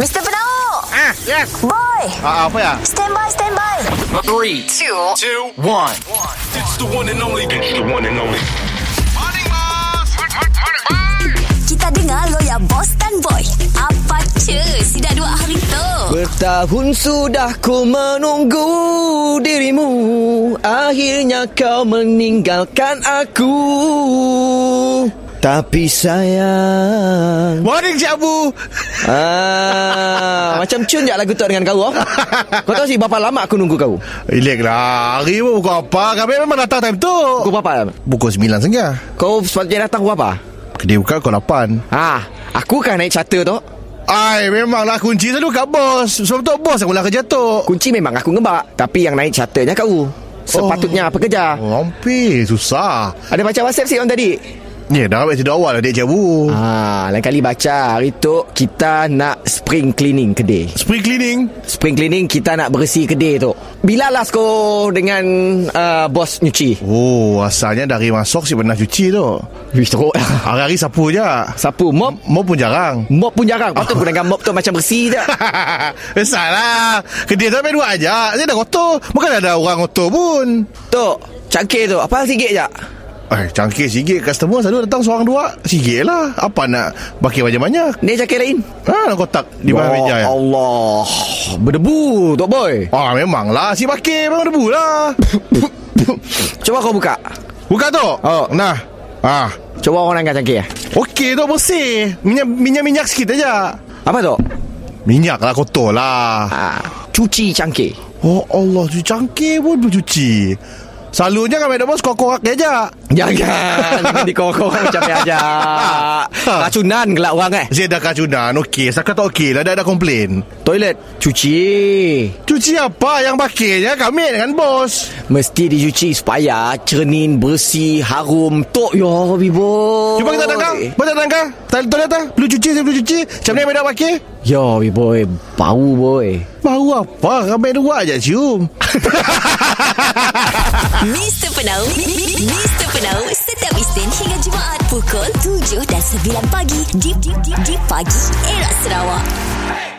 Mr. Penau Ah, yes. Boy Ah, apa ya? Stand by, stand by Three, two, two, one. It's the one and only. It's the one and only. Kita dengar lo ya Boss dan Boy Apa cuy Si dah dua hari tu Bertahun sudah ku menunggu dirimu Akhirnya kau meninggalkan aku Tapi sayang Morning, Cik Abu. ah, Macam cun je lagu tu dengan kau oh. Kau tahu si berapa lama aku nunggu kau? Relax lah. Hari pun pukul apa? Kami memang datang time tu. Kau berapa lama? Pukul 9 sengah. Kau sepatutnya datang berapa? Kedai buka pukul 8. Ah, aku kan naik charter tu Ai, memanglah kunci selalu kat bos. Sebab tu bos aku lah kerja tu. Kunci memang aku ngebak Tapi yang naik charternya kau Oh. Sepatutnya apa kerja Rompi, susah. Ada baca WhatsApp si on tadi? Ni, dah ambil tidur awal lah, Cik Abu. Ah, lain kali baca hari tu kita nak spring cleaning kedai. Spring cleaning. Spring cleaning kita nak bersih kedai tu. Bila last kau dengan uh, bos nyuci? Oh, asalnya dari masuk si pernah cuci tu. Wih teruk lah. Hari-hari sapu je. Sapu mop, Mau pun jarang. mop pun jarang. Patut kau dengan mop tu macam bersih je. Biasalah lah. Kedai tu sampai dua aja Dia dah kotor Bukan ada orang kotor pun Tok, cangkir tu. Apa sikit je? Eh cangkir sikit Customer selalu datang seorang dua Sikit lah Apa nak Bakir banyak-banyak Ni cangkir lain. Ha nak kotak Di bawah Ya meja ya Allah. Berdebu, Tok Boy. Ah memang lah Si bakir memang debu lah Cuba kau buka. Buka tu Oh. Nah Ah, Cuba orang angkat cangkir. ya? Okey tu bersih Minyak, Minyak-minyak sikit aja Apa tu? Minyak lah kotor lah Ah, cuci cangkir. Oh Allah Cuci cangkir pun bercuci Selalunya kan Madam Bos korak-korak dia je Jangan Jangan dikorang-korang macam ni aja Ha. Racunan gelap orang eh Saya dah kacunan Okey Saka tak okey lah Dah ada komplain Toilet Cuci Cuci apa yang pakainya kami dengan bos. Mesti dicuci supaya Cernin Bersih Harum Tok Ya Bibo Cuba kita tangkap. Cuba kita tangkap. Tali toilet tak? Perlu cuci, saya perlu cuci. Macam mana nak pakai? Ya Bibo Bau boy Baru apa? Kami dua aja cium. Mr. Penau Mr. Penau Setiap Isnin hingga Jumaat Pukul 7 dan 9 pagi Di, di, di, di pagi Era Sarawak